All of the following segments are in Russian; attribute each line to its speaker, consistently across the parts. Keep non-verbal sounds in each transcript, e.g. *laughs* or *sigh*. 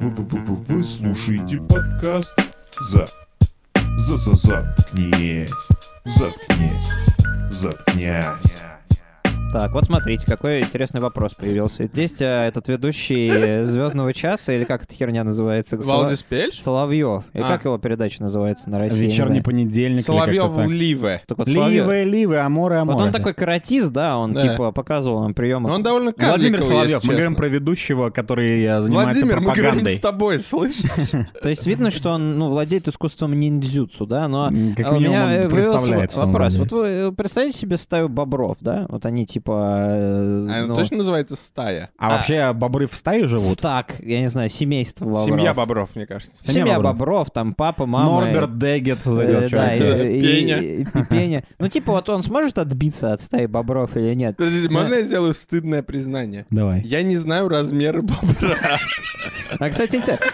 Speaker 1: Вы слушаете подкаст за за за заткнись, заткнись, заткнясь.
Speaker 2: Так, вот смотрите, какой интересный вопрос появился. Здесь э, этот ведущий Звездного часа, или как эта херня называется?
Speaker 3: Валдис Пельш?
Speaker 2: Соловьев. И
Speaker 3: А.
Speaker 2: как его передача называется на России?
Speaker 4: Вечерний понедельник.
Speaker 3: Соловьев Ливе.
Speaker 2: Соловьев.
Speaker 4: Ливы, ливы, аморы, аморы.
Speaker 2: Вот он такой каратист, да, он
Speaker 3: Да.
Speaker 2: типа показывал нам приемы.
Speaker 3: Но он довольно
Speaker 4: Владимир
Speaker 3: карликовый,
Speaker 4: Соловьев,
Speaker 3: если
Speaker 4: мы говорим
Speaker 3: честно.
Speaker 4: про ведущего, который э, занимается
Speaker 3: Владимир, мы говорим
Speaker 4: пропагандой.
Speaker 3: с тобой, слышишь?
Speaker 2: *laughs* То есть видно, что он ну, владеет искусством ниндзюцу, да, но...
Speaker 4: М, Как
Speaker 2: а у
Speaker 4: минимум,
Speaker 2: меня
Speaker 4: он
Speaker 2: э, появился
Speaker 4: представляет,
Speaker 2: вот
Speaker 4: что он
Speaker 2: вопрос.
Speaker 4: владеет.
Speaker 2: Вот вы э, представьте себе стаю бобров, да? Вот они типа... э,
Speaker 3: А,
Speaker 2: ну,
Speaker 3: Точно называется стая?
Speaker 4: А вообще бобры в стае живут?
Speaker 2: стак, я не знаю, семейство бобров.
Speaker 3: Семья бобров, мне кажется.
Speaker 4: Семья
Speaker 2: Семья
Speaker 4: бобров.
Speaker 2: бобров, там папа, мама.
Speaker 4: Норберт Дегет. вот
Speaker 2: Э,
Speaker 4: этот
Speaker 2: Да,
Speaker 4: человек.
Speaker 2: и- и-
Speaker 3: Пеня.
Speaker 2: и- и Пеня. Ну, типа, вот он сможет отбиться от стаи бобров или нет?
Speaker 3: Подождите, можно я сделаю стыдное признание?
Speaker 4: Давай.
Speaker 3: Я не знаю
Speaker 2: *laughs*
Speaker 3: размеры бобра.
Speaker 2: А, кстати, интересно,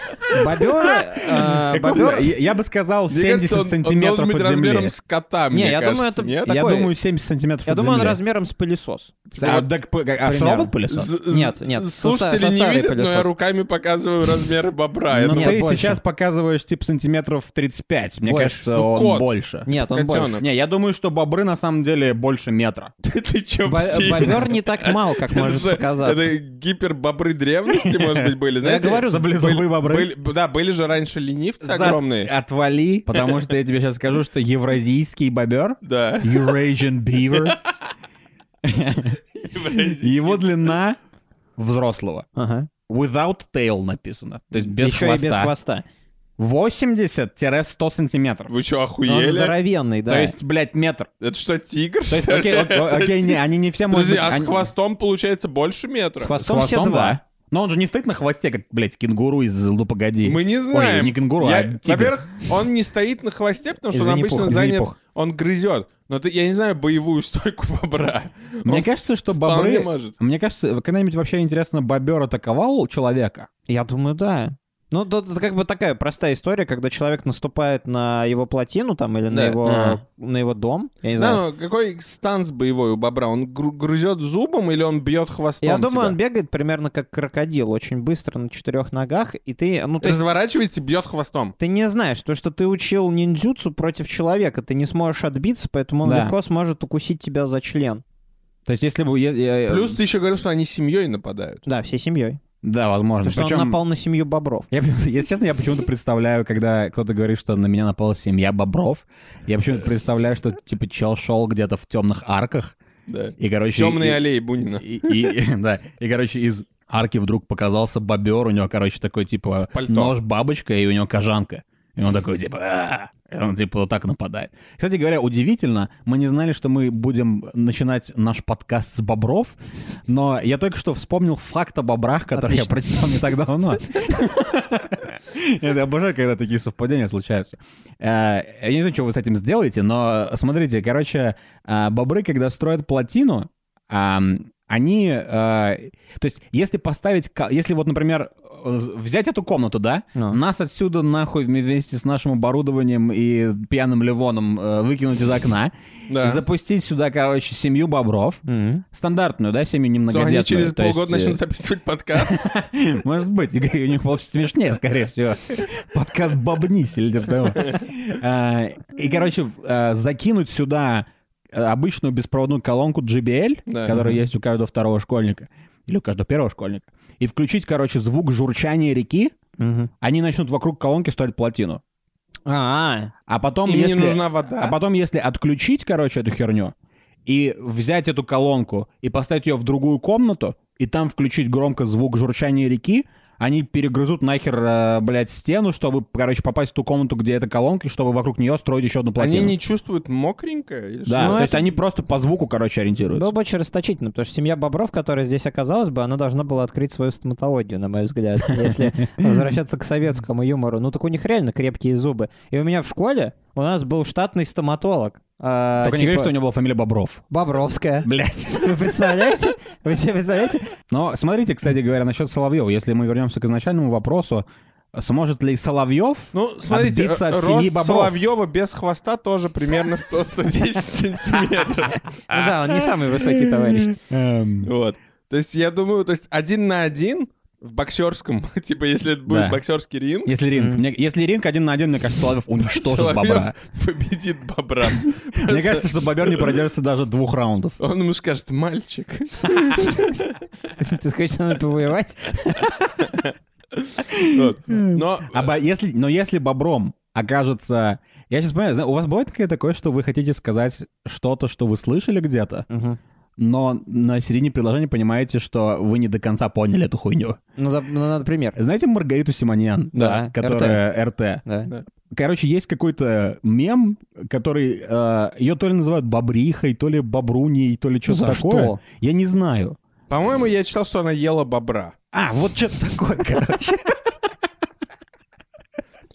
Speaker 2: бобер... э,
Speaker 4: Какого-
Speaker 2: бобер-
Speaker 4: Я я бы сказал
Speaker 3: Мне кажется, он-
Speaker 4: 70
Speaker 3: он должен
Speaker 4: сантиметров
Speaker 3: быть
Speaker 4: от земли.
Speaker 3: размером с кота,
Speaker 2: Не,
Speaker 3: мне
Speaker 2: я думаю,
Speaker 3: кажется,
Speaker 2: это-
Speaker 3: нет?
Speaker 4: Я
Speaker 2: такой.
Speaker 4: думаю, 70 сантиметров
Speaker 2: Я
Speaker 4: от
Speaker 2: думаю, он
Speaker 4: земли.
Speaker 2: размером с пылесос.
Speaker 4: А,
Speaker 3: типа, Вот
Speaker 4: так, п- а с
Speaker 2: примерно.
Speaker 4: робот-пылесос?
Speaker 3: З- з-
Speaker 2: Нет, нет, со ста-
Speaker 3: Слушатели
Speaker 2: со
Speaker 3: не
Speaker 2: старой
Speaker 3: видят, но я
Speaker 2: пылесос.
Speaker 3: руками показываю размеры бобра.
Speaker 4: Ну,
Speaker 3: Это
Speaker 2: нет,
Speaker 4: ты
Speaker 2: больше.
Speaker 4: сейчас показываешь, типа, сантиметров 35. Мне
Speaker 2: Больше.
Speaker 4: кажется,
Speaker 3: Ну,
Speaker 4: он
Speaker 3: кот.
Speaker 4: больше.
Speaker 2: Нет, он больше.
Speaker 3: котенок.
Speaker 4: Не, я думаю, что бобры на самом деле больше метра.
Speaker 3: *laughs* Ты чё,
Speaker 2: Бо-
Speaker 3: псих?
Speaker 2: Бобер не так мал, как
Speaker 3: *laughs* Это
Speaker 2: может
Speaker 3: же-
Speaker 2: показаться.
Speaker 3: Это гипербобры древности, может
Speaker 2: *laughs*
Speaker 3: быть, были. Знаете,
Speaker 2: говорю,
Speaker 4: Заблизовые бобры.
Speaker 3: были- да, были же раньше ленивцы
Speaker 4: Зад-
Speaker 3: огромные.
Speaker 4: Отвали, потому что я тебе сейчас скажу, что евразийский бобер,
Speaker 3: Да.
Speaker 4: Eurasian beaver, его длина взрослого.
Speaker 2: Ага.
Speaker 4: Without tail написано. То есть без
Speaker 2: Еще и без
Speaker 4: хвоста.
Speaker 2: хвоста.
Speaker 4: 80-100 сантиметров.
Speaker 3: Вы что,
Speaker 2: Он
Speaker 3: охуели?
Speaker 2: здоровенный, да.
Speaker 4: То есть, блядь, метр.
Speaker 3: Это что, тигр,
Speaker 4: То есть,
Speaker 3: что ли? *laughs*
Speaker 4: окей, ок- окей, не, они не все могут
Speaker 3: Подожди,
Speaker 4: быть-
Speaker 3: а с
Speaker 4: они-
Speaker 3: хвостом получается больше
Speaker 2: С
Speaker 3: метра?
Speaker 2: хвостом все два.
Speaker 4: да. Но он же не стоит на хвосте, как, блядь, кенгуру из «Ну, погоди».
Speaker 3: Мы не знаем.
Speaker 4: Ой, не кенгуру,
Speaker 3: Я-
Speaker 4: а тигр.
Speaker 3: Во-первых, он не стоит на хвосте, потому что он
Speaker 2: Извини,
Speaker 3: обычно
Speaker 2: пух,
Speaker 4: извини,
Speaker 3: занят...
Speaker 4: пух.
Speaker 3: Он грызет. Но ты, я не знаю боевую стойку *laughs* бобра.
Speaker 4: Мне
Speaker 3: Он
Speaker 4: кажется, что
Speaker 3: вполне
Speaker 4: бобры...
Speaker 3: может.
Speaker 4: Мне кажется, когда-нибудь вообще интересно, бобер атаковал человека?
Speaker 2: Я думаю, да. Ну, тут как бы такая простая история, когда человек наступает на его плотину там или на
Speaker 3: Да.
Speaker 2: его
Speaker 4: А.
Speaker 2: на его дом. Я не
Speaker 3: Да, ну,
Speaker 2: знаю.
Speaker 3: но какой станс боевой у бобра? Он гру- грызет зубом или он бьет хвостом?
Speaker 2: Я думаю, он
Speaker 3: тебя?
Speaker 2: бегает примерно как крокодил, очень быстро на четырех ногах, и ты, ну, то есть
Speaker 3: разворачивается и бьет хвостом.
Speaker 2: ты не знаешь, то, что ты учил ниндзюцу против человека, ты не сможешь отбиться, поэтому он
Speaker 4: Да.
Speaker 2: легко сможет укусить тебя за член.
Speaker 4: То есть, если бы... я- я-
Speaker 3: Плюс ты еще говорил, что они семьей нападают.
Speaker 2: Да, всей семьей.
Speaker 4: Да, возможно.
Speaker 2: Потому что
Speaker 4: Причем-
Speaker 2: он напал на семью бобров.
Speaker 4: Я, почему-то- если честно, я почему-то представляю, когда кто-то говорит, что на меня напала семья бобров, я почему-то представляю, что типа чел шел где-то в темных арках,
Speaker 3: Да.
Speaker 4: и, короче...
Speaker 3: Темные
Speaker 4: и,
Speaker 3: аллеи Бунина.
Speaker 4: и- и- *laughs* да, и, короче, из арки вдруг показался бобер, у него, короче, такой, типа,
Speaker 3: В пальто.
Speaker 4: нож-бабочка, и у него кожанка. И он такой, типа, «А!» И он, типа, вот так нападает. Кстати говоря, удивительно, мы не знали, что мы будем начинать наш подкаст с бобров, но я только что вспомнил факт о бобрах, который я
Speaker 2: Отлично.
Speaker 4: прочитал не так давно. Я обожаю, когда такие совпадения случаются. Э, Я не знаю, что вы с этим сделаете, но смотрите, короче, э, бобры, когда строят плотину, ам, они, э, то есть, если поставить, ка- если вот, например, э, взять эту комнату, да,
Speaker 2: Ну.
Speaker 4: нас отсюда нахуй вместе с нашим оборудованием и пьяным Ливоном э, выкинуть из окна,
Speaker 3: Да.
Speaker 4: запустить сюда, короче, семью бобров,
Speaker 2: Мгм.
Speaker 4: стандартную, да, семью
Speaker 3: То
Speaker 4: немногодетную.
Speaker 3: они через
Speaker 4: то есть,
Speaker 3: полгода
Speaker 4: э,
Speaker 3: начнут
Speaker 4: *laughs*
Speaker 3: записывать подкаст.
Speaker 4: может быть, и у них получится смешнее, скорее всего. Подкаст «Бобнись» или типа того. А, И, короче, а, закинуть сюда э, обычную беспроводную колонку JBL,
Speaker 3: Да.
Speaker 4: которая
Speaker 3: Мгм.
Speaker 4: есть у каждого второго школьника, или у каждого первого школьника, и включить, короче, звук журчания реки,
Speaker 2: Мгм.
Speaker 4: они начнут вокруг колонки строить плотину.
Speaker 2: А,
Speaker 4: А потом,
Speaker 3: Им не
Speaker 4: если...
Speaker 3: нужна
Speaker 4: А
Speaker 3: вода.
Speaker 4: потом, если отключить, короче, эту херню, и взять эту колонку и поставить ее в другую комнату, и там включить громко звук журчания реки, они перегрызут нахер, э, блядь, стену, чтобы, короче, попасть в ту комнату, где эта колонка, и чтобы вокруг нее строить еще одну
Speaker 3: Они
Speaker 4: плотину.
Speaker 3: не чувствуют мокренькое? или
Speaker 4: Да,
Speaker 2: Ну,
Speaker 4: то
Speaker 2: это-
Speaker 4: есть они просто по звуку, короче,
Speaker 2: было
Speaker 4: ориентируются.
Speaker 2: бы очень расточительно, потому что семья бобров, которая здесь оказалась бы, она должна была открыть свою стоматологию, на мой
Speaker 4: *laughs*
Speaker 2: взгляд, если возвращаться к советскому юмору. Ну так у них реально крепкие зубы. И у меня в школе у нас был штатный стоматолог. а,
Speaker 4: Только не говори,
Speaker 2: типа
Speaker 4: что у него была
Speaker 2: *laughs*
Speaker 4: фамилия Бобров.
Speaker 2: Бобровская.
Speaker 4: Блядь.
Speaker 2: Вы представляете? Вы себе представляете? Ну
Speaker 4: Но смотрите, кстати говоря, насчет Соловьева. Если мы вернемся к изначальному вопросу, сможет ли Соловьев
Speaker 3: Ну, смотрите, э,
Speaker 4: Отбиться от семьи
Speaker 3: рост
Speaker 4: бобров.
Speaker 3: Соловьева без хвоста тоже примерно *laughs* 100-110
Speaker 4: *laughs*
Speaker 3: сантиметров.
Speaker 2: Ну
Speaker 3: А.
Speaker 2: да, он не самый высокий товарищ. *laughs*
Speaker 4: Эм,
Speaker 3: Вот. То есть я думаю, то есть один на один В боксерском, *laughs* типа, если это будет
Speaker 4: Да.
Speaker 3: боксерский ринг,
Speaker 4: Если ринг,
Speaker 2: Мгм.
Speaker 4: мне- если ринг один на один, мне кажется, Соловьев уничтожит
Speaker 3: Соловьев
Speaker 4: бобра.
Speaker 3: *laughs* победит бобра.
Speaker 4: Мне кажется, что бобер не продержится даже двух раундов.
Speaker 3: Он ему скажет,
Speaker 4: *laughs*
Speaker 3: мальчик,
Speaker 2: Ты хочешь со мной повоевать?
Speaker 3: Вот. Но
Speaker 4: А бо- если, но если бобром окажется... Я сейчас понимаю, зна- у вас бывает такое, такое, что вы хотите сказать что-то, что вы слышали где-то,
Speaker 2: Мгм.
Speaker 4: но на середине предложения понимаете, что вы не до конца поняли эту хуйню.
Speaker 2: Ну, да, ну, надо пример.
Speaker 4: Знаете Маргариту Симоньян? э,
Speaker 2: Да,
Speaker 4: Которая РТ.
Speaker 2: Да.
Speaker 4: Короче, есть какой-то мем, который... э, ее то ли называют бобрихой, то ли бобруней, то ли что-то
Speaker 2: За
Speaker 4: такое.
Speaker 2: что?
Speaker 4: Я не знаю.
Speaker 3: По-моему, я читал, что она ела бобра.
Speaker 4: А, вот что-то такое, короче.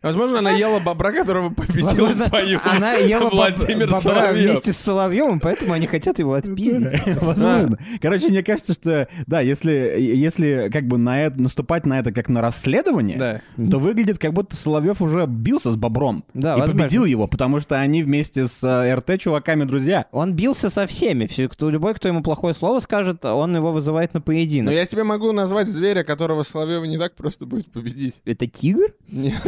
Speaker 3: Возможно, она ела бобра, которого победил
Speaker 2: Возможно,
Speaker 3: в бою. *laughs*
Speaker 2: Она ела боб-
Speaker 3: Владимир
Speaker 2: бобра
Speaker 3: Соловьев.
Speaker 2: вместе с Соловьевым, поэтому они хотят
Speaker 4: Ну,
Speaker 2: его
Speaker 4: *laughs*
Speaker 2: отпиздить. *laughs*
Speaker 4: Возможно. Короче, мне кажется, что, да, если, если как бы на это, наступать на это как на расследование,
Speaker 3: Да.
Speaker 4: то выглядит, как будто Соловьев уже бился с бобром
Speaker 2: Да,
Speaker 4: и
Speaker 2: возможно.
Speaker 4: победил его, потому что они вместе с э, РТ-чуваками друзья.
Speaker 2: Он бился со всеми. Все, кто, любой, кто ему плохое слово скажет, он его вызывает на
Speaker 3: Но
Speaker 2: поединок.
Speaker 3: я тебе могу назвать зверя, которого Соловьева не так просто будет победить.
Speaker 2: Это тигр?
Speaker 3: Нет,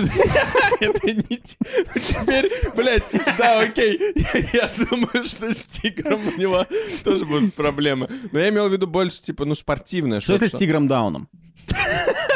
Speaker 3: *laughs* это не... те- Ну, Теперь, блядь, да, окей, *laughs* я я думаю, что с тигром у него тоже будут проблемы. Но я имел в виду больше, типа, ну, спортивное.
Speaker 4: Что если с
Speaker 3: *laughs*
Speaker 4: Тигром Дауном?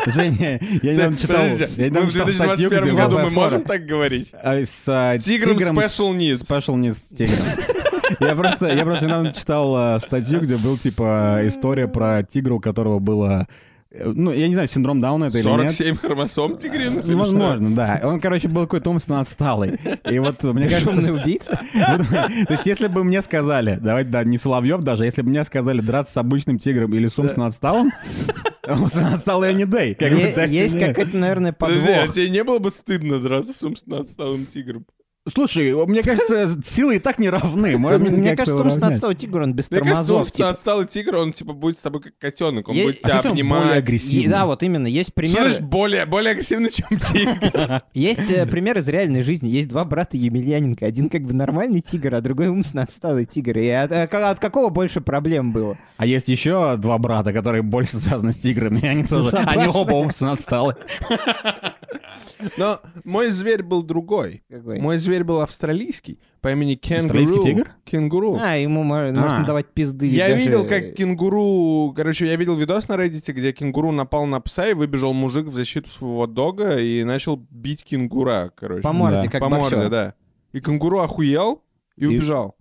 Speaker 4: Женя, я недавно читал,
Speaker 3: Подождите,
Speaker 4: я
Speaker 3: мы
Speaker 4: недавно
Speaker 3: в
Speaker 4: читал
Speaker 3: 2021
Speaker 4: статью, где
Speaker 3: году
Speaker 4: был-
Speaker 3: мы можем так говорить?
Speaker 4: а, с а,
Speaker 3: Тигром Special Needs.
Speaker 4: Special Needs с тигром. Я просто, я просто недавно читал а, статью, где был типа история про тигра, у которого было, э, ну я не знаю, синдром Дауна это или нет.
Speaker 3: 47 хромосом тигриных? или
Speaker 4: Ну,
Speaker 3: что?
Speaker 4: Возможно, да. Он, короче, был какой-то умственно отсталый. И вот, э,
Speaker 3: Ну,
Speaker 4: мне кажется...
Speaker 2: Шумный
Speaker 4: что- *laughs*
Speaker 2: убийца?
Speaker 3: *laughs*
Speaker 4: То есть, если бы мне сказали, давайте, да, не Соловьев даже, если бы мне сказали драться с обычным тигром или с умственно отсталым, умственно отсталый я не дай. Как бы,
Speaker 2: Е-
Speaker 4: дайте
Speaker 2: Есть
Speaker 4: мне.
Speaker 2: какой-то, наверное,
Speaker 3: типа, Подожди, а
Speaker 2: подвох.
Speaker 3: тебе не было бы стыдно драться с умственно отсталым тигром?
Speaker 4: Слушай, мне кажется, силы и так не равны. Можно
Speaker 2: Мне
Speaker 4: как-то
Speaker 2: кажется, умственно
Speaker 4: уравнять.
Speaker 2: отсталый тигр, он без
Speaker 3: Мне кажется,
Speaker 2: тормозов.
Speaker 3: умственно
Speaker 2: типа.
Speaker 3: отсталый тигр, он, типа, будет с тобой как котенок. Он
Speaker 2: Е-
Speaker 3: будет
Speaker 4: А
Speaker 3: тебя
Speaker 4: что, если он более
Speaker 3: обнимать.
Speaker 4: агрессивный?
Speaker 2: И- Да, вот именно. Есть примеры.
Speaker 3: Слышишь, более, более агрессивный, чем *laughs* тигр.
Speaker 2: Есть
Speaker 3: *clears throat*
Speaker 2: э, пример из реальной жизни. Есть два брата Емельяненко. Один как бы нормальный тигр, а другой умственно отсталый тигр. И от, э, ка- от какого больше проблем было?
Speaker 4: А есть еще два брата, которые больше связаны с тиграми. и *laughs* Они тоже,
Speaker 2: Собачные.
Speaker 4: они оба умственно отсталые.
Speaker 3: Но мой зверь был другой.
Speaker 2: Какой?
Speaker 3: Мой зверь был австралийский по имени
Speaker 4: Австралийский
Speaker 3: Кенгуру.
Speaker 4: тигр?
Speaker 3: Кенгуру.
Speaker 2: А, ему мо- можно
Speaker 4: А.
Speaker 2: давать пизды.
Speaker 3: Я
Speaker 2: даже-
Speaker 3: видел, как кенгуру... Короче, я видел видос на Reddit, где кенгуру напал на пса, и выбежал мужик в защиту своего дога и начал бить кенгура, короче.
Speaker 2: По морде,
Speaker 4: Да.
Speaker 2: как
Speaker 3: По
Speaker 2: боксер.
Speaker 3: морде, да. И кенгуру охуел и, убежал.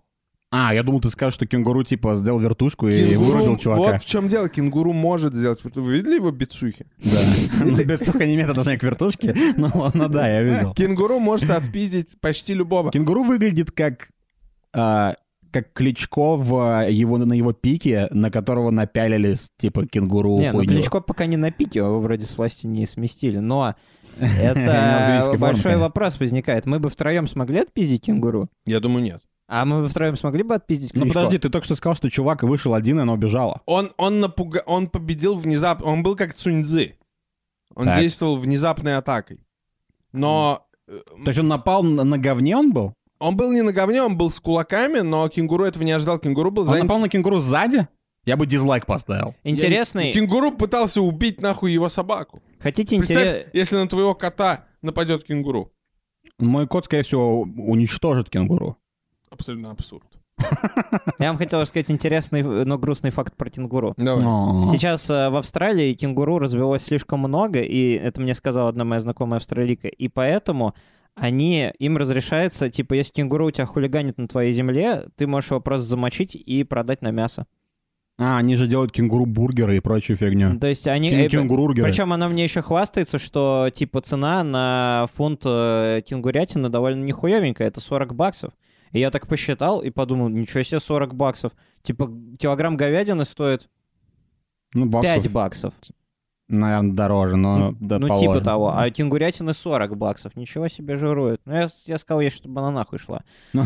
Speaker 4: А, я думал, ты скажешь, что кенгуру, типа, сделал вертушку и
Speaker 3: Кенгуру-
Speaker 4: вырубил чувака.
Speaker 3: Вот в чем дело, кенгуру может сделать. Вот Вы видели его бицухи?
Speaker 4: *laughs* Ну, это, сука, не имеет отношения к вертушке. Ну ладно, да, я видел.
Speaker 3: А? Кенгуру может отпиздить почти любого.
Speaker 4: Кенгуру выглядит как... а, как Кличко в а, его, на его пике, на которого напялили, с- типа, кенгуру
Speaker 2: Не, ну
Speaker 4: хуйню.
Speaker 2: Кличко пока не на пике, его вроде с власти не сместили.
Speaker 3: *laughs*
Speaker 2: Но
Speaker 4: в физической
Speaker 2: это
Speaker 4: форме,
Speaker 2: большой
Speaker 4: конечно.
Speaker 2: вопрос возникает. Мы бы втроем смогли отпиздить кенгуру?
Speaker 3: Я думаю, нет.
Speaker 2: А мы бы втроем смогли бы отпиздить
Speaker 4: Ну
Speaker 2: Кличко?
Speaker 4: подожди, ты только что сказал, что чувак вышел один, и она убежала.
Speaker 3: Он, он, напуга... он победил внезапно. Он был как Цуньзы. Он
Speaker 4: Так.
Speaker 3: действовал внезапной атакой. Но э,
Speaker 4: То есть он напал на, на говне он был?
Speaker 3: он был не на говне, он был с кулаками, но кенгуру этого не ожидал. Кенгуру был
Speaker 4: Он
Speaker 3: занят.
Speaker 4: напал на кенгуру сзади? Я бы дизлайк поставил.
Speaker 3: Я-
Speaker 2: Интересный...
Speaker 3: Кенгуру пытался убить нахуй его собаку.
Speaker 2: Хотите
Speaker 3: Представь,
Speaker 2: интерес...
Speaker 3: если на твоего кота нападет кенгуру.
Speaker 4: Мой кот, скорее всего, уничтожит кенгуру.
Speaker 3: Абсолютно абсурд.
Speaker 2: Я вам хотел рассказать интересный, э, но грустный факт про кенгуру.
Speaker 3: Давай.
Speaker 4: Но.
Speaker 2: Сейчас э, в Австралии кенгуру развелось слишком много, и это мне сказала одна моя знакомая австралийка, и поэтому они, им разрешается, типа, если кенгуру у тебя хулиганит на твоей земле, ты можешь его просто замочить и продать на мясо.
Speaker 4: А, они же делают кенгуру-бургеры и прочую фигню.
Speaker 2: То есть они... э,
Speaker 4: Кенгуру-бургеры.
Speaker 2: Причем она мне еще хвастается, что, типа, цена на фунт э, кенгурятины довольно нехуевенькая, это 40 баксов. И я так посчитал и подумал, ничего себе, 40 баксов. Типа, килограмм говядины стоит
Speaker 4: Ну, баксов,
Speaker 2: 5 баксов.
Speaker 4: наверное, дороже, но... да,
Speaker 2: ну,
Speaker 4: положим.
Speaker 2: типа того. А кенгурятины 40 баксов. Ничего себе жирует. Ну, я, с- я сказал ей, чтобы она нахуй шла.
Speaker 4: *laughs*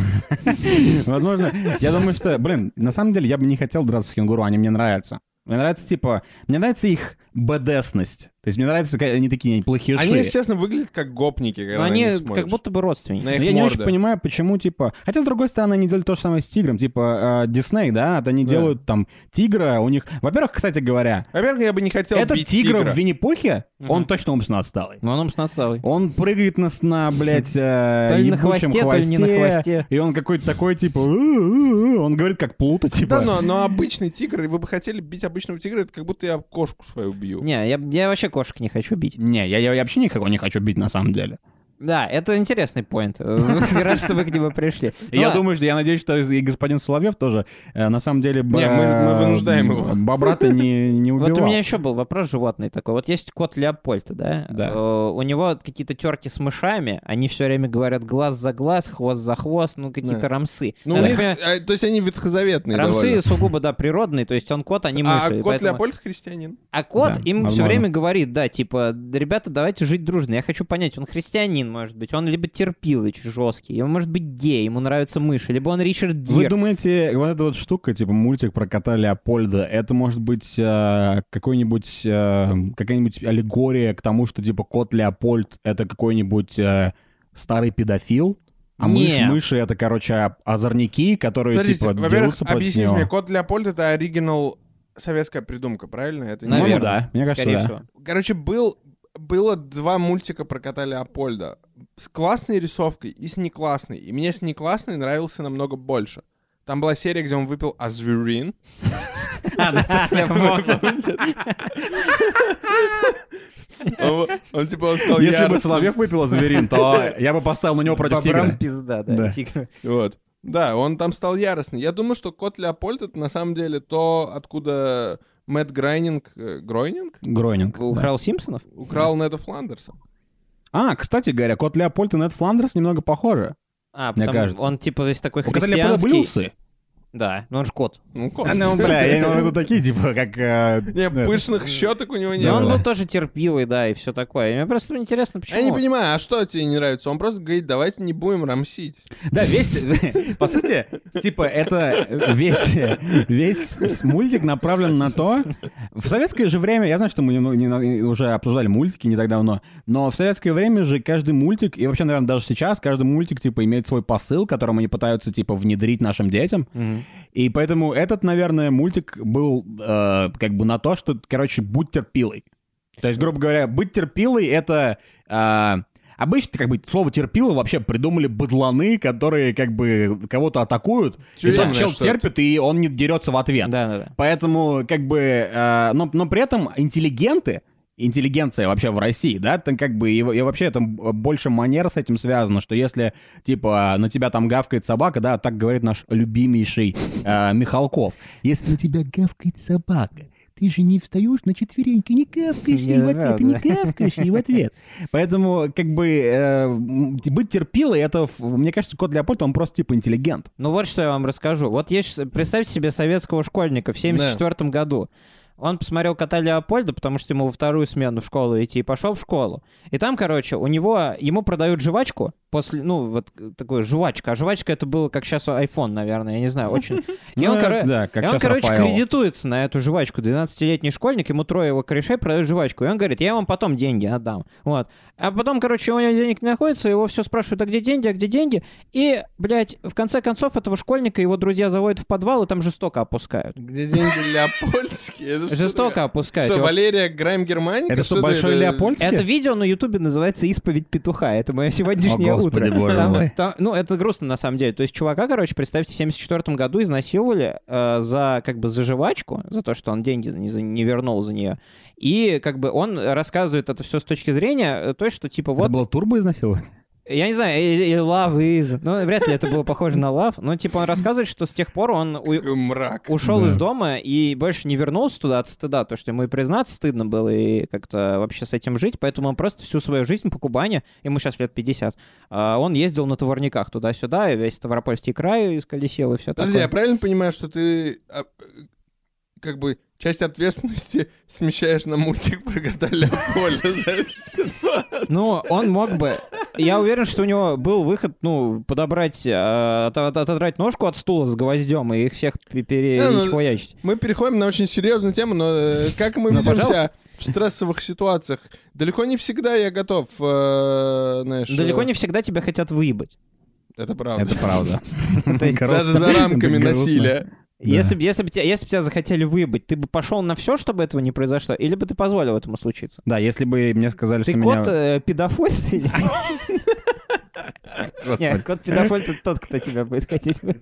Speaker 4: Возможно, я думаю, что, блин, на самом деле я бы не хотел драться с кенгуру, они мне нравятся. Мне нравится, типа, мне нравится их бедесность. То есть мне нравится, как они такие неплохие
Speaker 3: Они, естественно, выглядят как гопники, когда
Speaker 4: Ну,
Speaker 2: Но
Speaker 3: на
Speaker 2: они
Speaker 3: них
Speaker 2: как
Speaker 3: смотришь.
Speaker 2: будто бы родственники.
Speaker 3: На их
Speaker 4: я не очень
Speaker 3: морды.
Speaker 4: понимаю, почему, типа... Хотя, с другой стороны, они делают то же самое с тигром. Типа, э, Дисней, да? Вот Они
Speaker 3: Да.
Speaker 4: делают там тигра, у них... Во-первых, кстати говоря,
Speaker 3: Во-первых, я бы не хотел
Speaker 4: этот
Speaker 3: бить
Speaker 4: тигр
Speaker 3: тигра.
Speaker 4: в Винни-Пухе, он
Speaker 2: Мгм.
Speaker 4: точно умственно отсталый.
Speaker 3: Ну,
Speaker 2: Но он с насалой.
Speaker 4: Он прыгает на, с- на блядь, э,
Speaker 2: То ли на
Speaker 4: ебучем
Speaker 2: хвосте, то ли не на хвосте.
Speaker 4: И он какой-то такой, типа... «У-у-у-у». Он говорит, как плута,
Speaker 3: Да,
Speaker 4: типа...
Speaker 2: ну.
Speaker 3: но, но обычный тигр, и вы бы хотели бить обычного тигра, это как будто я кошку свою бью.
Speaker 2: Не, я, я вообще кошек не хочу бить.
Speaker 4: Не, я, я вообще никого не хочу бить на самом деле.
Speaker 2: Да, это интересный поинт. *laughs* Э, Рад, что вы к нему пришли. Ну
Speaker 4: И я
Speaker 2: ладно.
Speaker 4: думаю, что я надеюсь, что и господин Соловьев тоже э, на самом деле... б-
Speaker 3: Не, мы- мы вынуждаем его.
Speaker 4: э, Бобра-то не, не
Speaker 2: *laughs*
Speaker 4: убивал.
Speaker 2: Вот у меня еще был вопрос животный такой. Вот есть кот Леопольд, да?
Speaker 4: Да.
Speaker 2: Э, У него какие-то терки с мышами, они все время говорят глаз за глаз, хвост за хвост, ну какие-то
Speaker 3: Да.
Speaker 2: рамсы.
Speaker 3: Ну,
Speaker 2: Я
Speaker 3: у
Speaker 2: так
Speaker 3: них,
Speaker 2: понимаю,
Speaker 3: а, то есть они ветхозаветные
Speaker 2: Рамсы
Speaker 3: довольно.
Speaker 2: сугубо, да, природные, то есть он кот, а не мыши.
Speaker 3: А
Speaker 2: и
Speaker 3: кот
Speaker 2: поэтому-
Speaker 3: Леопольд христианин.
Speaker 2: А кот
Speaker 4: Да,
Speaker 2: им все
Speaker 4: нормально.
Speaker 2: время говорит, да, типа, ребята, давайте жить дружно. Я хочу понять, он христианин, может быть, он либо терпилыч жесткий, он может быть гей, ему нравятся мыши, либо он Ричард
Speaker 4: Вы
Speaker 2: Дир.
Speaker 4: думаете, вот эта вот штука, типа мультик про кота Леопольда, это может быть э, какой-нибудь, э, какая-нибудь аллегория к тому, что типа кот Леопольд это какой-нибудь э, старый педофил, а мышь,
Speaker 2: Не.
Speaker 4: мыши это, короче, а- озорники, которые
Speaker 3: Подождите,
Speaker 4: типа
Speaker 3: во-первых,
Speaker 4: дерутся против
Speaker 3: объясните
Speaker 4: него.
Speaker 3: мне, кот Леопольд это оригинал советская придумка, правильно? Это не-
Speaker 4: Наверное.
Speaker 2: Наверное,
Speaker 4: Ну, да, мне кажется,
Speaker 2: скорее
Speaker 4: да.
Speaker 2: всего. *laughs*
Speaker 3: Короче, был, было два мультика про кота Леопольда. С классной рисовкой и с неклассной. И мне с неклассной нравился намного больше. Там была серия, где он выпил азверин.
Speaker 2: А, ну, Я помню.
Speaker 4: Типа
Speaker 3: Он, он, типа, он стал
Speaker 4: Если бы
Speaker 3: яростным.
Speaker 4: Соловьев выпил зверин, то я бы поставил на него против
Speaker 2: Бобрам
Speaker 4: тигра.
Speaker 2: пизда,
Speaker 4: Да.
Speaker 2: да. тигр.
Speaker 3: Вот. Да, он там стал яростный. Я думаю, что кот Леопольд это на самом деле то, откуда Мэтт Грайнинг... э, Гройнинг?
Speaker 4: Гронинг. да.
Speaker 2: Украл Симпсонов?
Speaker 3: Украл Неда Фландерса.
Speaker 4: А, кстати говоря, кот Леопольд и Нед Фландерс немного похожи.
Speaker 2: А,
Speaker 4: Мне
Speaker 2: потому
Speaker 4: кажется.
Speaker 2: он типа весь такой
Speaker 4: У кота Леопольда были
Speaker 2: христианский.
Speaker 4: усы.
Speaker 2: Да, но он же кот.
Speaker 3: Ну, кот.
Speaker 4: Ну, бля, я имел в виду такие, типа, как... э,
Speaker 3: Не,
Speaker 4: э,
Speaker 3: пышных щеток у него не
Speaker 2: Но он
Speaker 3: было.
Speaker 2: был тоже терпилый, да, и все такое. И Мне просто интересно, почему.
Speaker 3: Я не понимаю, а что тебе не нравится? Он просто говорит, давайте не будем рамсить.
Speaker 4: Да, весь, *laughs* по сути, типа, это весь, весь с- мультик направлен на то... В советское же время, я знаю, что мы немного- не- уже обсуждали мультики не так давно, но в советское время же каждый мультик, и вообще, наверное, даже сейчас, каждый мультик, типа, имеет свой посыл, которым они пытаются, типа, внедрить нашим детям.
Speaker 2: Мгм.
Speaker 4: И поэтому этот, наверное, мультик был э, как бы на то, что, короче, будь терпилой. То есть, грубо говоря, быть терпилой — это... э, обычно, как бы, слово терпила вообще придумали быдланы, которые, как бы, кого-то атакуют, и
Speaker 3: Тюремное
Speaker 4: тот чел
Speaker 3: что-то.
Speaker 4: терпит, и он не дерется в ответ.
Speaker 2: Да, да, да.
Speaker 4: Поэтому, как бы, э, но, но при этом интеллигенты, интеллигенция вообще в России, да, там как бы, и, во- и вообще там больше манер с этим связано, что если, типа, на тебя там гавкает собака, да, так говорит наш любимейший э, Михалков, если на тебя гавкает собака, ты же не встаешь на четвереньки, не гавкаешь,
Speaker 2: Не
Speaker 4: и в ответ, и не
Speaker 2: надо.
Speaker 4: гавкаешь, и в ответ. Поэтому, как бы, э, м, быть терпилой, это, ф- мне кажется, кот Леопольд, он просто, типа, интеллигент.
Speaker 2: Ну вот что я вам расскажу. Вот есть, представьте себе советского школьника в 74 году. Он посмотрел кота Леопольда, потому что ему во вторую смену в школу идти, и пошел в школу. И там, короче, у него, ему продают жвачку, после, ну, вот э, такую жвачка. А жвачка это было, как сейчас iPhone, наверное, я не знаю, очень. И
Speaker 4: Ну,
Speaker 2: он, короче,
Speaker 4: да, как
Speaker 2: и он,
Speaker 4: щас
Speaker 2: короче,
Speaker 4: Рафаэлло.
Speaker 2: кредитуется на эту жвачку. 12-летний школьник, ему трое его корешей продают жвачку. И он говорит, я вам потом деньги отдам. Вот. А потом, короче, у него денег не находится, его все спрашивают, а где деньги, а где деньги? И, блядь, в конце концов этого школьника его друзья заводят в подвал и там жестоко опускают.
Speaker 3: Где деньги Леопольдские? Это что
Speaker 2: Жестоко
Speaker 3: такое?
Speaker 2: опускают.
Speaker 3: Что,
Speaker 2: Его-
Speaker 3: Валерия Грайм Германика?
Speaker 4: Это что, Большой Леопольд?
Speaker 2: Это видео на Ютубе называется «Исповедь петуха». Это мое сегодняшнее
Speaker 4: О, господи,
Speaker 2: утро.
Speaker 4: боже
Speaker 2: Там-
Speaker 4: мой.
Speaker 2: там- ну, это грустно на самом деле. То есть чувака, короче, представьте, в 74 году изнасиловали э, за как бы за жвачку, за то, что он деньги не, за- не вернул за нее. И как бы он рассказывает это все с точки зрения э, той, что типа вот...
Speaker 4: Это было турбо изнасилование?
Speaker 2: Я не знаю, и- и love is... Ну, вряд ли это было похоже на love, но типа он рассказывает, что с тех пор он у-
Speaker 3: Какой Мрак.
Speaker 2: ушел
Speaker 4: Да.
Speaker 2: из дома и больше не вернулся туда от стыда, то, что ему и признаться стыдно было, и как-то вообще с этим жить, поэтому он просто всю свою жизнь по Кубани, ему сейчас лет 50, а, он ездил на товарниках туда-сюда, и весь Ставропольский край исколесил, и все
Speaker 3: Подожди, я
Speaker 2: такое.
Speaker 3: правильно понимаю, что ты а, э, как бы часть ответственности *laughs* смещаешь на мультик про кота Леопольда за эту ситуацию?
Speaker 2: Ну, он мог бы... я уверен, что у него был выход, ну, подобрать, э, от- от- отодрать ножку от стула с гвоздем и их всех пе-
Speaker 3: Не, ну,
Speaker 2: перехуячить.
Speaker 3: Мы переходим на очень серьезную тему, но э, как мы
Speaker 4: Ну,
Speaker 3: ведемся
Speaker 4: пожалуйста.
Speaker 3: в стрессовых ситуациях? Далеко не всегда я готов, э, знаешь...
Speaker 2: Далеко
Speaker 3: э,
Speaker 2: не всегда тебя хотят выебать.
Speaker 3: Это правда.
Speaker 4: Это правда.
Speaker 2: То есть
Speaker 3: Даже за рамками насилия.
Speaker 2: Если бы если б тебя, если б тебя захотели выебать, ты бы пошел на все, чтобы этого не произошло, или бы ты позволил этому случиться?
Speaker 4: Да, если бы мне сказали, что
Speaker 2: Ты кот
Speaker 4: меня...
Speaker 2: э, педофиль? или-
Speaker 4: Господи,
Speaker 2: Нет, кот педофиль это тот, кто тебя будет хотеть. вы-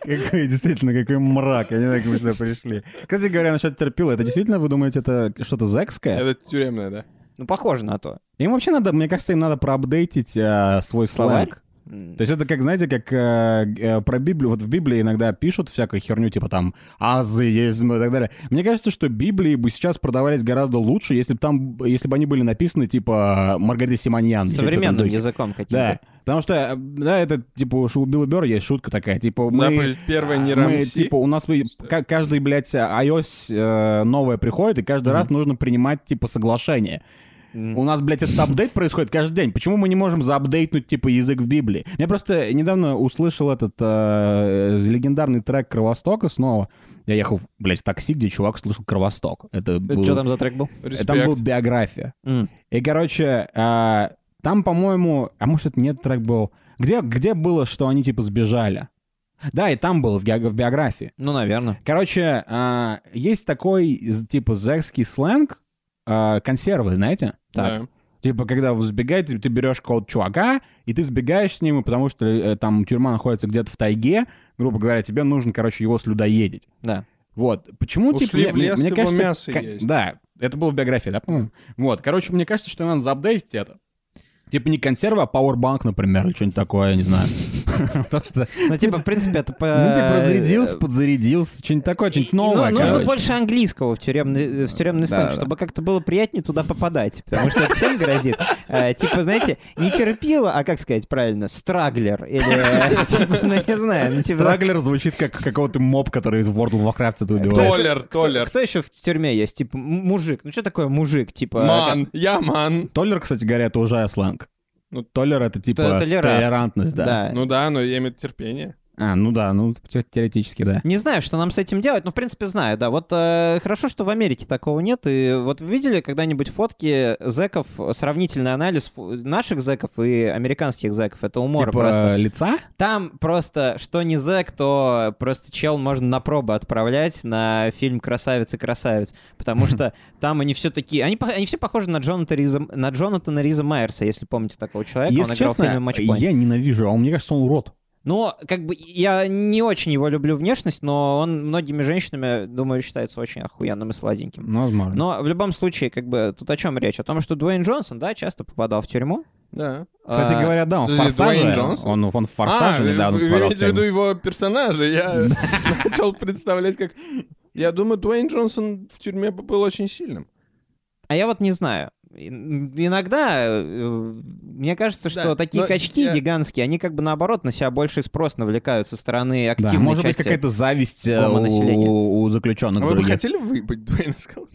Speaker 4: Какой, действительно, какой мрак. Я не знаю, как мы сюда пришли. Кстати говоря, насчет терпила, это действительно, вы думаете, это что-то зэкское?
Speaker 3: Это тюремное, да.
Speaker 2: Ну, похоже на то.
Speaker 4: Им вообще надо, мне кажется, им надо проапдейтить э, свой
Speaker 2: Словарь?
Speaker 4: словарь. То есть это как, знаете, как э, э, про Библию. Вот в Библии иногда пишут всякую херню, типа там азы, езмы и так далее. Мне кажется, что Библии бы сейчас продавались гораздо лучше, если бы там, если бы они были написаны, типа, Маргарита Симоньян. или что-то в этом
Speaker 2: Современным
Speaker 4: духе.
Speaker 2: языком
Speaker 3: Типа.
Speaker 4: Да,
Speaker 2: каким-то.
Speaker 4: потому что, э, да, это, типа, у Шу- у Билла Бёрра есть шутка такая, типа, мы...
Speaker 3: Заповедь первая не
Speaker 4: мы,
Speaker 3: рамси.
Speaker 4: типа, у нас вы- ка- каждый, блядь, iOS э, новое приходит, и каждый раз нужно принимать, типа, соглашение. У
Speaker 2: М.
Speaker 4: нас, блядь, этот апдейт происходит каждый день. Почему мы не можем заапдейтнуть, типа, язык в Библии? Я просто недавно услышал этот э, легендарный трек Кровостока снова. Я ехал, блядь, в такси, где чувак слышал Кровосток. Это,
Speaker 2: Это
Speaker 4: был...
Speaker 2: что там за трек был?
Speaker 4: э, там была
Speaker 3: Респект.
Speaker 4: биография.
Speaker 2: М.
Speaker 4: И, короче, а, там, по-моему, а может, это нет трек был. Где, где было, что они, типа, сбежали? Да, и там было, в, геог- в биографии.
Speaker 2: Ну, наверное.
Speaker 4: Короче, а, есть такой, из- типа, зэкский сленг, а, консервы, знаете?
Speaker 2: Так.
Speaker 3: Да.
Speaker 4: Типа, когда сбегает, ты ты берешь какого-то чувака, и ты сбегаешь с ним, и потому что э, там тюрьма находится где-то в тайге, грубо говоря, тебе нужно, короче, его слюдоедить.
Speaker 2: Да.
Speaker 4: Вот. Почему,
Speaker 3: Ушли
Speaker 4: типа, мне-
Speaker 3: в лес,
Speaker 4: мне
Speaker 3: его
Speaker 4: кажется,
Speaker 3: мясо
Speaker 4: ка-
Speaker 3: есть.
Speaker 4: Да, это было в биографии, да, по-моему? Вот, короче, мне кажется, что надо заапдейтить это. Типа не консерва, а пауэрбанк, например, или что-нибудь такое, я не знаю. *laughs* Потому что,
Speaker 2: Ну, типа, в принципе, это... по-
Speaker 4: ну, типа, разрядился, подзарядился, что-нибудь такое, что-нибудь
Speaker 2: Э, Ну,
Speaker 4: новое,
Speaker 2: нужно
Speaker 4: короче.
Speaker 2: больше английского в тюремный, э, в тюремный
Speaker 4: Да,
Speaker 2: стенд,
Speaker 4: да.
Speaker 2: чтобы как-то было приятнее туда попадать, потому что это всем грозит. Э, Типа, знаете, не терпила, а как сказать правильно, страглер, или, э, типа, ну, не знаю, ну, типа...
Speaker 4: Траглер звучит как какого-то моб, который из World of Warcraft
Speaker 2: Э,
Speaker 4: это убивает.
Speaker 3: Толер, толер.
Speaker 2: Кто еще в тюрьме есть? Типа, м- мужик. Ну, что такое мужик? Типа...
Speaker 3: Ман, я ман.
Speaker 4: Толер, кстати говоря, это уже сленг.
Speaker 3: Ну,
Speaker 4: Толер это типа
Speaker 2: толераст.
Speaker 4: толерантность,
Speaker 2: как-
Speaker 4: да.
Speaker 2: Да.
Speaker 3: Ну да, но я имею в виду терпение.
Speaker 4: А, ну да, ну те- теоретически, да.
Speaker 2: Не знаю, что нам с этим делать, но в принципе знаю, да. Вот э, хорошо, что в Америке такого нет. И вот вы видели когда-нибудь фотки зэков, сравнительный анализ фу- наших зэков и американских зэков? Это умора
Speaker 4: типа
Speaker 2: просто.
Speaker 4: лица?
Speaker 2: Там просто, что не зэк, то просто чел можно на пробы отправлять на фильм «Красавец и красавец», потому
Speaker 4: *laughs*
Speaker 2: что там они все такие... Они, пох- они все похожи на Джонатана Риза, на Джонатана Риза Майерса, если помните такого человека.
Speaker 4: Если
Speaker 2: он играл в фильме
Speaker 4: честно,
Speaker 2: «Матчпоинт».
Speaker 4: я ненавижу, а он, мне кажется, он урод.
Speaker 2: Ну, как бы я не очень его люблю внешность, но он многими женщинами, думаю, считается очень охуенным и сладеньким.
Speaker 4: Ну, возможно.
Speaker 2: Но в любом случае, как бы тут о чем речь? О том, что Дуэйн Джонсон, да, часто попадал в тюрьму.
Speaker 3: Да.
Speaker 4: Кстати
Speaker 2: А,
Speaker 4: говоря, да, он в
Speaker 3: подожди, Дуэйн
Speaker 4: «Форсаже»,
Speaker 3: Джонсон?
Speaker 4: он, он в «Форсаже»
Speaker 3: а, вы-
Speaker 4: недавно
Speaker 3: вы
Speaker 4: попадал в
Speaker 3: имеете в виду
Speaker 4: тему.
Speaker 3: его персонажа? Я
Speaker 4: *laughs*
Speaker 3: начал представлять, как... Я думаю, Дуэйн Джонсон в тюрьме бы был очень сильным.
Speaker 2: А я вот не знаю. И- м, Иногда э, мне кажется, что
Speaker 3: Да,
Speaker 2: такие
Speaker 3: но
Speaker 2: качки
Speaker 3: я-
Speaker 2: гигантские, они как бы наоборот на себя больше спрос навлекают со стороны
Speaker 4: Да,
Speaker 2: активной
Speaker 4: может быть,
Speaker 2: части.
Speaker 4: какая-то зависть э,
Speaker 2: гома населения.
Speaker 4: у, у
Speaker 3: А
Speaker 4: заключенных
Speaker 3: вы бы
Speaker 4: других.
Speaker 3: хотели выебать Дуэйна Скала?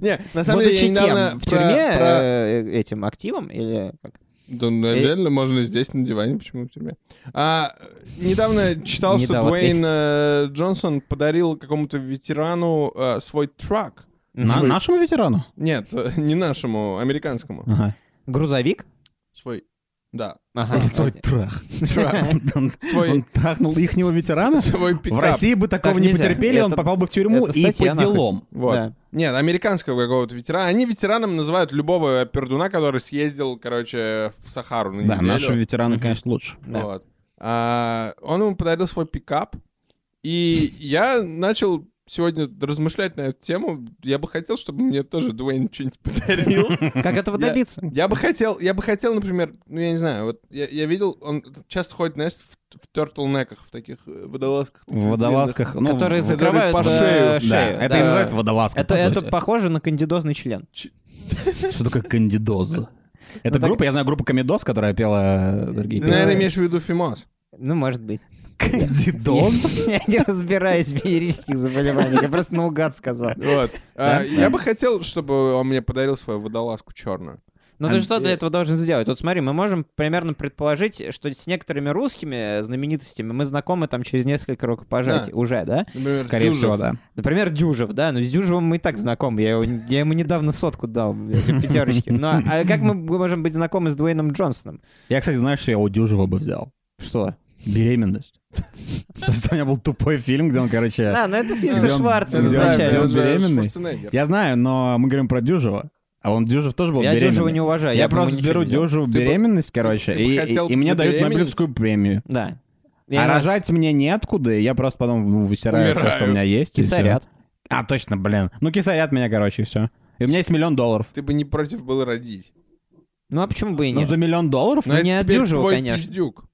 Speaker 3: Не, на самом деле,
Speaker 2: Будучи
Speaker 3: я недавно
Speaker 2: кем? В
Speaker 3: про-
Speaker 2: тюрьме
Speaker 3: про-
Speaker 2: э, этим активом или как?
Speaker 3: Да, наверное, можно здесь, на диване, почему в тюрьме. А, недавно читал,
Speaker 2: Не
Speaker 3: что
Speaker 2: дал
Speaker 3: Дуэйн
Speaker 2: ответить.
Speaker 3: э, Джонсон подарил какому-то ветерану э, свой трак.
Speaker 4: На- нашему ветерану?
Speaker 3: Нет, *laughs* э, не нашему, американскому.
Speaker 4: Ага.
Speaker 2: Грузовик?
Speaker 3: Свой. Да.
Speaker 2: Ага. *laughs*
Speaker 4: Свой трах.
Speaker 3: Трак.
Speaker 4: Он
Speaker 3: Свой-
Speaker 4: он трахнул ихнего ветерана?
Speaker 3: Свой
Speaker 4: В
Speaker 3: пикап.
Speaker 4: России бы такого не
Speaker 2: нельзя.
Speaker 4: потерпели, он
Speaker 2: Это-
Speaker 4: попал бы в тюрьму
Speaker 2: это
Speaker 4: и
Speaker 2: статья,
Speaker 4: по
Speaker 2: нахуй.
Speaker 4: делам.
Speaker 3: Вот.
Speaker 2: Да.
Speaker 3: Нет, американского какого-то ветерана. Они ветераном называют любого пердуна, который съездил, короче, в Сахару на
Speaker 4: Да,
Speaker 3: неделю.
Speaker 4: наши ветераны, конечно, лучше.
Speaker 2: Да.
Speaker 3: Вот. А, он ему подарил свой пикап. И я начал сегодня размышлять на эту тему. Я бы хотел, чтобы мне тоже Дуэйн что-нибудь подарил.
Speaker 2: Как этого
Speaker 3: Я-
Speaker 2: добиться?
Speaker 3: Я бы хотел, я бы хотел, например, ну я не знаю, вот я, я видел, он часто ходит, знаешь, в, в тертлнеках, в таких э, водолазках. таких
Speaker 4: В водолазках. ну,
Speaker 2: Которые
Speaker 4: в-
Speaker 3: за-
Speaker 2: закрывают
Speaker 3: по
Speaker 2: э,
Speaker 3: шею.
Speaker 2: шею.
Speaker 4: Да, это
Speaker 2: да.
Speaker 4: и называется водолазка.
Speaker 2: Это,
Speaker 4: по
Speaker 2: это
Speaker 4: сути.
Speaker 2: похоже на кандидозный член.
Speaker 4: Что такое кандидоза? Это
Speaker 2: Ну так-
Speaker 4: группа, я знаю, группа Комедоз, которая пела э, другие
Speaker 3: Ты, наверное,
Speaker 4: песни.
Speaker 3: имеешь в виду Фимос.
Speaker 2: Ну, может быть.
Speaker 4: *laughs*
Speaker 2: *laughs*
Speaker 4: Кандидоз?
Speaker 2: Я не разбираюсь в венерических заболеваниях. Я просто наугад сказал.
Speaker 3: Вот. А,
Speaker 4: Да,
Speaker 3: Я
Speaker 4: да.
Speaker 3: бы хотел, чтобы он мне подарил свою водолазку черную.
Speaker 2: Но Ну, ты
Speaker 4: э,
Speaker 2: что для этого должен сделать? Вот смотри, мы можем примерно предположить, что с некоторыми русскими знаменитостями мы знакомы там через несколько рукопожатий уже, да?
Speaker 3: Например,
Speaker 4: Скорее
Speaker 3: Дюжев.
Speaker 4: всего, да.
Speaker 2: Например, Дюжев, да, ну с Дюжевым мы и так знакомы, я, его- я ему недавно сотку дал, эти пятерочки. Но а как мы можем быть знакомы с Дуэйном Джонсоном?
Speaker 4: Я, кстати, знаю, что я у Дюжева бы взял.
Speaker 2: Что? *laughs*
Speaker 4: Беременность. Потому что у меня был тупой фильм, где он, короче...
Speaker 2: Да, ну это фильм
Speaker 4: Где
Speaker 2: со
Speaker 4: он-
Speaker 2: Шварцем
Speaker 4: где он- где
Speaker 2: изначально.
Speaker 4: он беременный?
Speaker 3: Шварценеггер.
Speaker 4: Я знаю, но мы говорим про Дюжева. А он Дюжев тоже был
Speaker 2: Я
Speaker 4: беременный.
Speaker 2: Дюжева не уважаю.
Speaker 4: Я
Speaker 2: бы ему
Speaker 4: просто
Speaker 2: ничего
Speaker 4: беру
Speaker 2: не делал.
Speaker 4: Дюжеву
Speaker 3: Ты бы-
Speaker 4: беременность, короче,
Speaker 3: ты бы
Speaker 4: и- и
Speaker 3: хотел
Speaker 4: и мне дают
Speaker 3: забеременеть?
Speaker 4: Нобелевскую премию.
Speaker 2: Да.
Speaker 4: А
Speaker 2: Я
Speaker 4: рожать мне неоткуда, и я просто потом ну, высираю все, что у
Speaker 3: Умираю.
Speaker 4: меня есть. и всё.
Speaker 2: Кисарят.
Speaker 4: А, точно, блин. Ну, кисарят меня, короче, и все. И у меня есть миллион долларов.
Speaker 3: Ты бы не против был родить.
Speaker 2: Ну а почему бы и
Speaker 4: Ну,
Speaker 2: нет?
Speaker 4: за миллион долларов?
Speaker 3: Но
Speaker 2: Не
Speaker 3: это теперь
Speaker 2: отдюжил,
Speaker 3: твой
Speaker 2: конечно.
Speaker 3: пиздюк.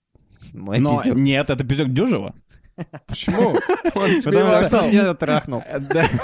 Speaker 2: Мой
Speaker 4: Но
Speaker 2: пиздюк.
Speaker 4: нет, это пиздюк Дюжева. *laughs*
Speaker 3: Почему? Он тебе его
Speaker 4: Потому
Speaker 2: Потому что
Speaker 3: отдал.
Speaker 2: он тебя трахнул.
Speaker 4: Да. *laughs*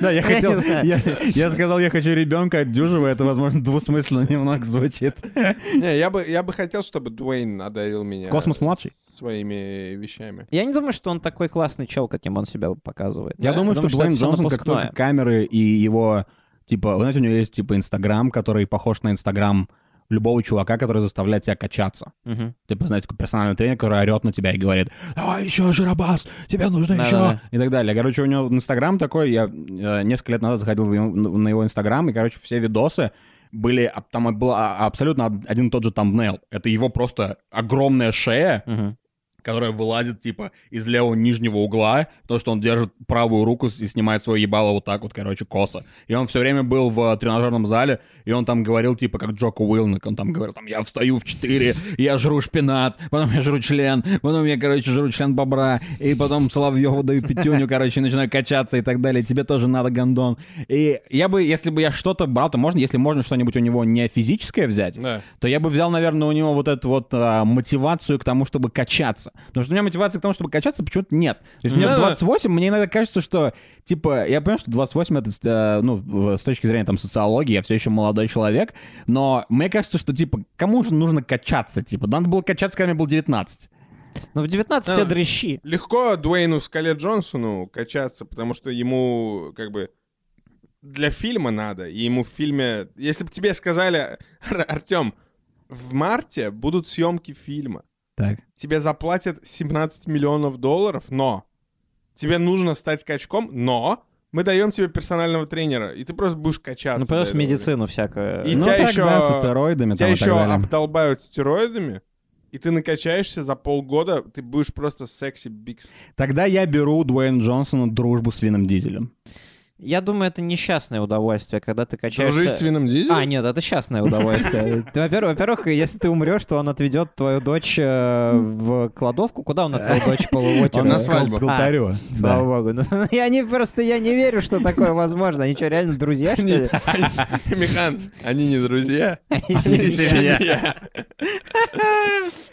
Speaker 4: Да, я
Speaker 2: Я не
Speaker 4: хотел...
Speaker 2: знаю.
Speaker 4: Я, я сказал, я хочу ребенка от Дюжева, это, возможно, двусмысленно немного звучит.
Speaker 3: Не, я бы, я бы хотел, чтобы Дуэйн одарил меня...
Speaker 4: Космос младший.
Speaker 3: Своими вещами.
Speaker 2: Я не думаю, что он такой классный чел, каким он себя показывает.
Speaker 4: Я думаю, что
Speaker 2: это
Speaker 4: Дуэйн
Speaker 2: всё
Speaker 4: Джонсон, как
Speaker 2: напускное.
Speaker 4: только камеры и его... Типа, вы знаете, у него есть, типа, Инстаграм, который похож на Инстаграм любого чувака, который заставляет тебя качаться.
Speaker 2: Мгм.
Speaker 4: Типа, знаете, такой персональный тренер, который орет на тебя и говорит, давай еще, Жиробас, тебе нужно еще,
Speaker 2: Да-да-да.
Speaker 4: и так далее. Короче, у него Инстаграм такой, я э, несколько лет назад заходил в его- ну, на его Инстаграм, и, короче, все видосы были, об- там был а, абсолютно од- один и тот же тамбнейл. Это его просто огромная шея,
Speaker 2: Мгм.
Speaker 4: которая вылазит, типа, из левого нижнего угла, то, что он держит правую руку с- и снимает свое ебало вот так вот, короче, косо. И он все время был в э, тренажерном зале, и он там говорил, типа, как Джоко Уилнек, он там говорил, там, я встаю в 4, я жру шпинат, потом я жру член, потом я, короче, жру член бобра, и потом Соловьеву даю пятюню, короче, и начинаю качаться и так далее, тебе тоже надо гондон. И я бы, если бы я что-то брал, то можно, если можно что-нибудь у него не физическое взять,
Speaker 3: Да.
Speaker 4: то я бы взял, наверное, у него вот эту вот а, мотивацию к тому, чтобы качаться. Потому что у меня мотивации к тому, чтобы качаться, почему-то нет. То есть мне в
Speaker 3: Да-да.
Speaker 4: 28, мне иногда кажется, что, типа, я понимаю, что 28 это, э, ну, в- с точки зрения там социологии, я все еще молодой человек, но мне кажется, что, типа, кому же нужно качаться, типа, надо было качаться, когда мне было 19.
Speaker 2: Ну, в 19 все дрыщи.
Speaker 3: Легко Дуэйну Скале Джонсону качаться, потому что ему как бы для фильма надо, и ему в фильме... Если бы тебе сказали, Артем, в марте будут съемки фильма,
Speaker 4: Так.
Speaker 3: тебе заплатят 17 миллионов долларов, но тебе нужно стать качком, но мы даем тебе персонального тренера, и ты просто будешь качаться.
Speaker 2: Ну,
Speaker 3: до
Speaker 2: плюс
Speaker 3: этого времени.
Speaker 2: медицину всякую.
Speaker 3: И
Speaker 4: ну,
Speaker 3: тебя
Speaker 4: так,
Speaker 3: еще-
Speaker 4: да, со стероидами
Speaker 3: Тебя
Speaker 4: там и так
Speaker 3: еще
Speaker 4: далее.
Speaker 3: обдолбают стероидами, и ты накачаешься за полгода, ты будешь просто секси-бикс.
Speaker 4: Тогда я беру у Дуэйна Джонсона дружбу с Вином Дизелем.
Speaker 2: Я думаю, это несчастное удовольствие, когда ты качаешься...
Speaker 3: Дружить с Вином Дизелем?
Speaker 2: А, нет, это счастное
Speaker 3: *laughs*
Speaker 2: удовольствие. Ты, во-первых, во-первых, если ты умрешь, то он отведет твою дочь э, в кладовку. Куда он
Speaker 3: *laughs*
Speaker 2: отвел дочь полуотера?
Speaker 3: Он на свадьбу.
Speaker 2: А,
Speaker 3: А,
Speaker 4: К алтарю.
Speaker 2: Слава богу. Ну, *laughs* я не просто я не верю, что такое возможно. Они что, реально друзья, что ли?
Speaker 3: *laughs* Михан, они не друзья.
Speaker 2: *laughs* Они
Speaker 3: они
Speaker 2: сидят.
Speaker 3: семья.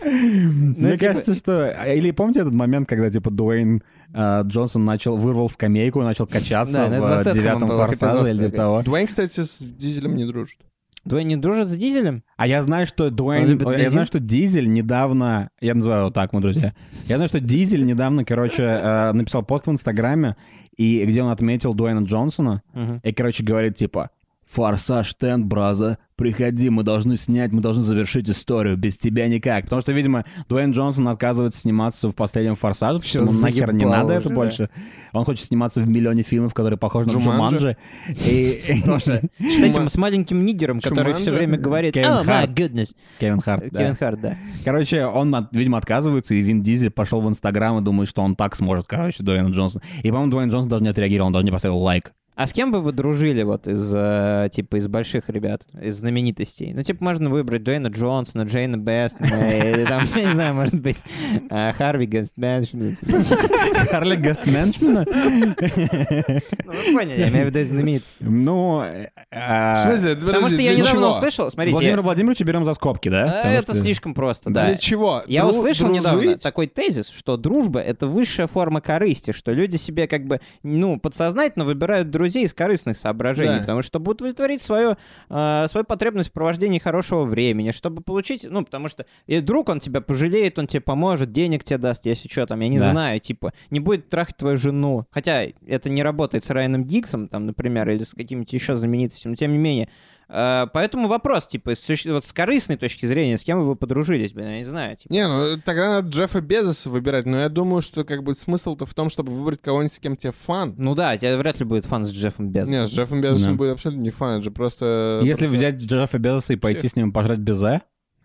Speaker 4: Ну, Мне
Speaker 2: типа-
Speaker 4: кажется, что... а, Или помните этот момент, когда, тика Дуэйн а, Джонсон начал, вырвал скамейку, начал качаться
Speaker 2: Да, это
Speaker 4: в
Speaker 2: со
Speaker 4: а,
Speaker 2: Стэтхэмом
Speaker 4: девятом
Speaker 2: был эпизод
Speaker 4: форсаже или типа
Speaker 2: такой.
Speaker 4: того.
Speaker 3: Дуэйн, кстати, с Дизелем не дружит.
Speaker 2: Дуэйн не дружит с Дизелем?
Speaker 4: А я знаю, что
Speaker 2: Он
Speaker 4: Дуэйн...
Speaker 2: любит
Speaker 4: Я
Speaker 2: бензин?
Speaker 4: знаю, что Дизель недавно... Я называю его так, мы друзья. Я знаю, что Дизель недавно, короче, э, написал пост в Инстаграме, и где он отметил Дуэйна Джонсона, и, короче, говорит, типа, «Форсаж Тен, браза, приходи, мы должны снять, мы должны завершить историю, без тебя никак». Потому что, видимо, Дуэйн Джонсон отказывается сниматься в последнем «Форсаже»,
Speaker 2: Всё,
Speaker 4: потому что ему нахер не
Speaker 2: заебало
Speaker 4: надо
Speaker 2: уже,
Speaker 4: это
Speaker 2: да.
Speaker 4: больше. Он хочет сниматься в миллионе фильмов, которые похожи на
Speaker 3: Джуманджи.
Speaker 4: Джуманджи. И
Speaker 2: *laughs* Тоже. С этим, с маленьким нигером, который
Speaker 3: Шуманджа?
Speaker 2: все время говорит
Speaker 4: Кевин
Speaker 2: «Oh my
Speaker 4: Харт.
Speaker 2: goodness».
Speaker 4: Кевин Харт, да.
Speaker 2: Кевин Харт, да.
Speaker 4: Короче, он, от- видимо, отказывается, и Вин Дизель пошел в Инстаграм и думает, что он так сможет, короче, Дуэйн Джонсон. И, по-моему, Дуэйн Джонсон даже не отреагировал, он даже не поставил лайк.
Speaker 2: А с кем бы вы дружили вот из, э, типа, из больших ребят, из знаменитостей? Ну, типа, можно выбрать Джейна Джонсона, Джейна Бест, или там, *laughs* не знаю, может быть, э, Харви Гестбенш. Ну,
Speaker 4: Харли Гест Мэншмена?
Speaker 2: вы поняли, я имею в виду из знаменитостей.
Speaker 4: Ну... э,
Speaker 3: В
Speaker 4: э,
Speaker 3: смысле?
Speaker 2: А, Потому что
Speaker 3: Подожди,
Speaker 2: я
Speaker 3: для
Speaker 2: недавно
Speaker 3: чего?
Speaker 2: услышал, смотрите,
Speaker 4: Владимира
Speaker 2: я-
Speaker 4: Владимировича берем за скобки, да?
Speaker 2: э,
Speaker 4: Потому
Speaker 2: это
Speaker 4: что-
Speaker 2: слишком просто, да.
Speaker 3: Для чего?
Speaker 2: Я
Speaker 3: Дру-
Speaker 2: услышал недавно
Speaker 3: дружить?
Speaker 2: такой тезис, что дружба — это высшая форма корысти, что люди себе как бы, ну, подсознательно выбирают друзей из корыстных соображений,
Speaker 3: Да.
Speaker 2: потому что будут удовлетворить свою, э, свою потребность в провождении хорошего времени, чтобы получить, ну, потому что и друг, он тебя пожалеет, он тебе поможет, денег тебе даст, если что, там, я не
Speaker 4: Да.
Speaker 2: знаю, типа, не будет трахать твою жену, хотя это не работает с Райаном Диксом, там, например, или с каким-нибудь еще знаменитостью, но тем не менее, Э, Поэтому вопрос, типа, с, суще- вот с корыстной точки зрения, с кем вы подружились, блин, я не знаю. типа.
Speaker 3: Не, ну тогда надо Джеффа Безоса выбирать, но я думаю, что как бы смысл-то в том, чтобы выбрать кого-нибудь, с кем тебе фан.
Speaker 2: Ну да, тебя вряд ли будет фан с Джеффом Безосом.
Speaker 3: Не, с Джеффом Безосом
Speaker 4: Да.
Speaker 3: будет абсолютно не фан, это же просто...
Speaker 4: Если
Speaker 3: просто-
Speaker 4: взять Джеффа Безоса и пойти с ним пожрать безе,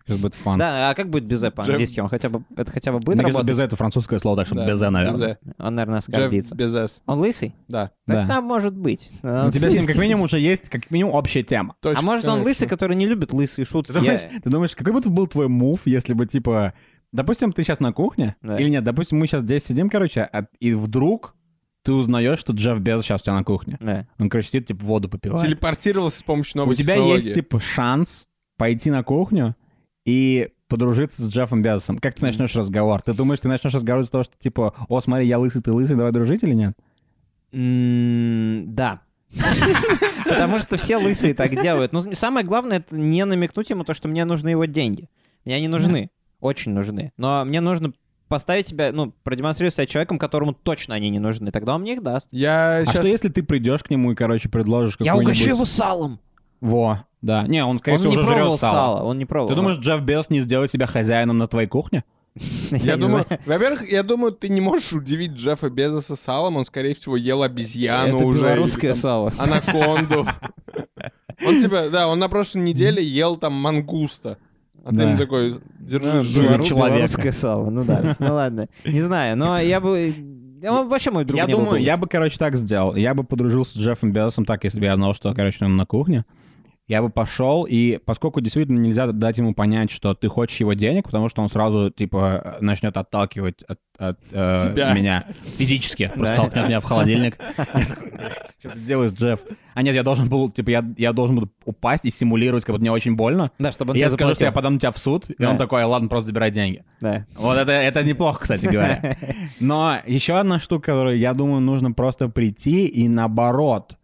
Speaker 4: это будет фан.
Speaker 2: Да, а как будет безе по-английски? Он хотя бы, это хотя бы будет
Speaker 4: Мне кажется,
Speaker 2: работать?
Speaker 4: безе — это французское слово, так что
Speaker 3: Да,
Speaker 4: безе, наверное.
Speaker 3: Безе.
Speaker 2: Он, наверное,
Speaker 3: Джефф
Speaker 2: оскорбится.
Speaker 3: Безос,
Speaker 2: Он лысый?
Speaker 3: да.
Speaker 2: Так
Speaker 4: Да.
Speaker 2: там может быть.
Speaker 4: У тебя с ним как минимум уже есть как минимум общая тема.
Speaker 3: Точно,
Speaker 2: А может, он
Speaker 3: конечно.
Speaker 2: лысый, который не любит лысые шутки?
Speaker 4: Ты думаешь,
Speaker 2: Я-
Speaker 4: ты думаешь, какой бы был твой мув, если бы, типа, допустим, ты сейчас на кухне,
Speaker 2: Да.
Speaker 4: или нет, допустим, мы сейчас здесь сидим, короче, а- и вдруг ты узнаешь, что Джефф Безос сейчас у тебя на кухне.
Speaker 2: Да.
Speaker 4: Он, короче, сидит, типа, воду попивает.
Speaker 3: Телепортировался с помощью новой
Speaker 4: У тебя
Speaker 3: технологии.
Speaker 4: есть, типа, шанс пойти на кухню и подружиться с Джеффом Безосом. Как ты начнешь разговор? Ты думаешь, ты начнешь разговор из-за того, что, типа, о, смотри, я лысый, ты лысый, давай дружить или нет?
Speaker 2: М, Да. *laughs* Потому что все лысые так делают. Но самое главное, это не намекнуть ему то, что мне нужны его деньги. Мне они нужны. Очень нужны. Но мне нужно поставить себя, ну, продемонстрировать себя человеком, которому точно они не нужны. Тогда он мне их даст.
Speaker 3: Я
Speaker 4: А
Speaker 3: сейчас...
Speaker 4: что, если ты придешь к нему и, короче, предложишь
Speaker 2: Я
Speaker 4: какой-нибудь...
Speaker 2: угощу его салом.
Speaker 4: Во, да. Не, он, скорее
Speaker 2: Он
Speaker 4: всего,
Speaker 2: не
Speaker 4: уже
Speaker 2: пробовал
Speaker 4: жрет сало.
Speaker 2: сало. Он не пробовал.
Speaker 4: Ты *laughs* думаешь, Джефф Безос не сделает себя хозяином на твоей кухне?
Speaker 3: Я
Speaker 2: не
Speaker 3: думаю,
Speaker 2: знаю.
Speaker 3: во-первых, я думаю, ты не можешь удивить Джеффа Безоса салом, он, скорее всего, ел обезьяну
Speaker 2: Это
Speaker 3: уже. или
Speaker 2: белорусское
Speaker 3: там
Speaker 2: сало.
Speaker 4: *laughs*
Speaker 3: Анаконду. Он тебя, да, он на прошлой неделе ел там мангуста. А ты
Speaker 4: Да.
Speaker 3: ему такой, держи
Speaker 2: Ну,
Speaker 3: жир.
Speaker 2: белору-
Speaker 4: человека.
Speaker 2: Белорусское сало, ну да. Ну ладно. Не знаю, но я бы... Да Он вообще мой друг
Speaker 4: я
Speaker 2: не был бы
Speaker 4: думаю, я
Speaker 2: лысый.
Speaker 4: бы, короче, так сделал. Я бы подружился с Джеффом Безосом так, если бы я знал, что, короче, он на кухне. Я бы пошел, и поскольку действительно нельзя дать ему понять, что ты хочешь его денег, потому что он сразу, типа, начнет отталкивать от, от, э,
Speaker 3: Тебя.
Speaker 4: меня физически.
Speaker 2: Да.
Speaker 4: Просто толкнет меня в холодильник. *laughs* Я такой, «Блядь, Что ты делаешь, Джефф? А нет, я должен был, типа, я, я должен был упасть и симулировать, как будто мне очень больно.
Speaker 2: Да, чтобы он
Speaker 4: И я
Speaker 2: тебе
Speaker 4: скажу, что я
Speaker 2: заплатил.
Speaker 4: подам на тебя в суд, и
Speaker 2: Да.
Speaker 4: он такой, ладно, просто забирай деньги.
Speaker 2: Да.
Speaker 4: Вот это, это неплохо, кстати говоря. *laughs* Но еще одна штука, которую, я думаю, нужно просто прийти и наоборот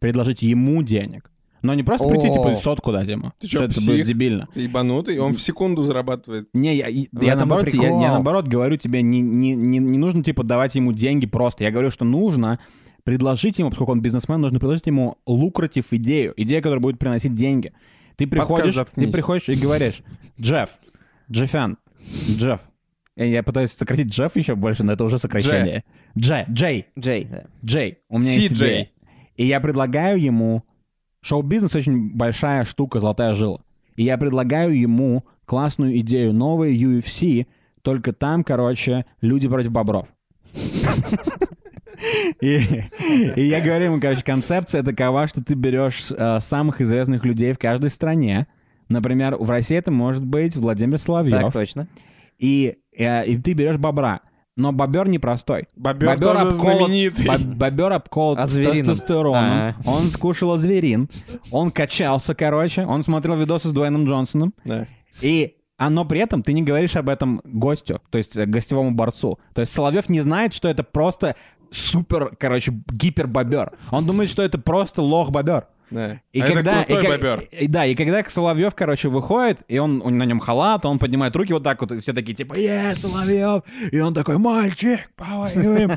Speaker 4: предложить ему денег. Но не просто прийти,
Speaker 2: О.
Speaker 4: типа, сотку дать ему.
Speaker 3: Ты чё,
Speaker 4: Что это
Speaker 3: псих?
Speaker 4: будет дебильно.
Speaker 3: Ты ебанутый, он в секунду зарабатывает.
Speaker 4: Не, я, и-
Speaker 2: В
Speaker 4: я
Speaker 2: этом и
Speaker 4: наоборот, я,
Speaker 2: прикол.
Speaker 4: я наоборот говорю тебе, не, не, не, не нужно, типа, давать ему деньги просто. Я говорю, что нужно предложить ему, поскольку он бизнесмен, нужно предложить ему лукратив идею. Идея, которая будет приносить деньги. Ты приходишь, ты
Speaker 3: «Заткнись».
Speaker 4: приходишь и говоришь, Джефф, Джеффян, Джефф. Э, Я пытаюсь сократить Джефф еще больше, но это уже сокращение. Джей, Джей,
Speaker 2: Джей, да.
Speaker 4: Джей, у меня есть
Speaker 3: CJ.
Speaker 4: идея. И я предлагаю ему... Шоу-бизнес очень большая штука, золотая жила. И я предлагаю ему классную идею, новые UFC, только там, короче, люди против бобров. И, и я говорю ему, короче, концепция такова, что ты берешь э, самых известных людей в каждой стране. Например, в России это может быть Владимир
Speaker 2: Так
Speaker 4: Соловьев.
Speaker 2: точно.
Speaker 4: И, э, и ты берешь бобра. Но бобер непростой.
Speaker 3: Бобер
Speaker 4: Бобер
Speaker 3: тоже
Speaker 4: обколот-
Speaker 3: знаменитый.
Speaker 4: Боб- Бобер обколот
Speaker 2: А звериным?
Speaker 4: тестостероном.
Speaker 2: А.
Speaker 4: Он скушал зверин. Он качался, короче. Он смотрел видосы с Дуэйном Джонсоном.
Speaker 3: Да.
Speaker 4: И а, но при этом ты не говоришь об этом гостю, то есть э, гостевому борцу. То есть Соловьев не знает, что это просто супер, короче, гипербобер. Он думает, что это просто лох-бобер.
Speaker 3: Да.
Speaker 4: И
Speaker 3: А
Speaker 4: когда,
Speaker 3: это крутой
Speaker 4: и, ка-
Speaker 3: бобер.
Speaker 4: и- да, и когда Соловьев, короче, выходит, и он у- на нем халат, он поднимает руки вот так вот, и все такие типа «Е, Соловьев!» И он такой «Мальчик, повоюем!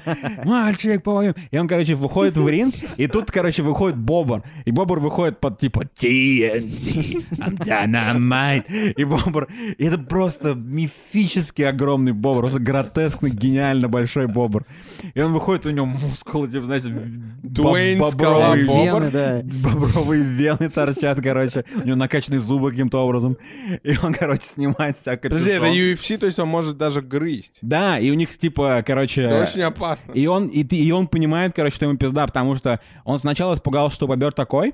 Speaker 4: Мальчик, повоюем!» И он, короче, выходит в ринг, и тут, короче, выходит Бобр. И Бобр выходит под типа TNT, I'm dynamite. И Бобр... И это просто мифически огромный Бобр, просто гротескный, гениально большой Бобр. И он выходит, у него мускулы, типа, знаете, боб-
Speaker 3: Дуэйн Скала
Speaker 4: бобровые
Speaker 3: Бобр.
Speaker 2: Вены, да.
Speaker 4: бобровые вены торчат, короче. У него накачанные зубы каким-то образом. И он, короче, снимает всякое
Speaker 3: Подожди, это
Speaker 4: капюшон.
Speaker 3: UFC, то есть он может даже грызть.
Speaker 4: Да, и у них, типа, короче...
Speaker 3: Это очень опасно.
Speaker 4: И он, и, ты- и он понимает, короче, что ему пизда, потому что он сначала испугался, что бобер такой,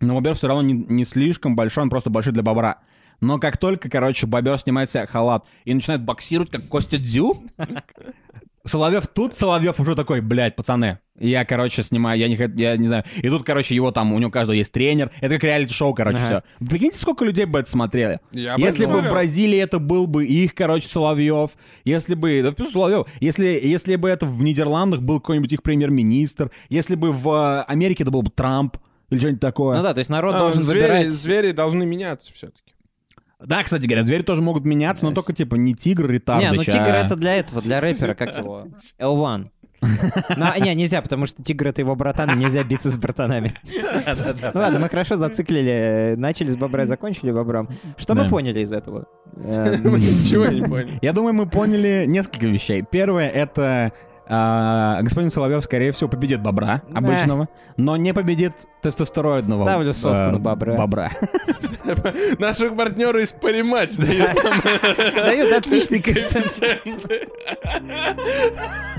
Speaker 4: но бобер все равно не, не слишком большой, он просто большой для бобра. Но как только, короче, бобер снимает себе халат и начинает боксировать, как Костя Дзю, Соловьев тут, Соловьев уже такой, блядь, пацаны, я, короче, снимаю, я не, хот- я не знаю. И тут, короче, его там, у него каждого есть тренер. Это как реалити-шоу, короче,
Speaker 2: Ага.
Speaker 4: все. Прикиньте, сколько людей бы это смотрели.
Speaker 3: Я
Speaker 2: А
Speaker 3: бы
Speaker 4: если бы в
Speaker 3: смотрел.
Speaker 4: Бразилии это был бы их, короче, Соловьев, если бы, да плюс Соловьев, если, если бы это в Нидерландах был какой-нибудь их премьер-министр, если бы в э, Америке это был бы Трамп или что-нибудь такое.
Speaker 2: Ну да, то есть народ
Speaker 3: А,
Speaker 2: должен
Speaker 3: звери,
Speaker 2: выбирать...
Speaker 3: звери должны меняться
Speaker 4: *laughs*
Speaker 3: все-таки.
Speaker 4: Да, кстати говоря, звери тоже могут меняться, но
Speaker 2: Yes.
Speaker 4: только типа Э, не тигр, ретардыч, *laughs*
Speaker 2: Не, ну
Speaker 4: а-
Speaker 2: тигр это для этого, для рэпера, как его? L1. Но, Ну, а, не, нельзя, потому что тигр — это его братан, и нельзя биться с братанами. Ну ладно, мы хорошо зациклили. э, Начали с бобра и закончили бобром. Что мы
Speaker 4: Да.
Speaker 2: поняли из этого? Эм,
Speaker 3: Мы Ничего не поняли.
Speaker 4: Я думаю, мы поняли несколько вещей. Первое — это а, господин Соловьев, скорее всего, победит бобра
Speaker 2: Да.
Speaker 4: обычного, но не победит тестостероидного
Speaker 2: Ставлю сотку
Speaker 4: э,
Speaker 2: на бобра.
Speaker 4: бобра.
Speaker 3: Наших партнеры из Париматч дают нам
Speaker 2: Дают отличный коэффициент.
Speaker 3: акценты.
Speaker 4: *laughs*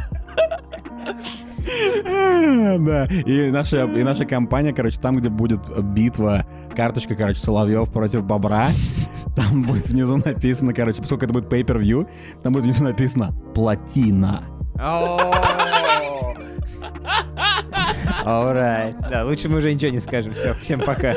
Speaker 4: Да, и наша, и наша компания, короче, там, где будет битва, карточка, короче, Соловьев против Бобра, *laughs* там будет внизу написано, короче, поскольку это будет pay-per-view, там будет внизу написано «Платина».
Speaker 2: Alright. Да, лучше мы уже ничего не скажем. Все, всем пока.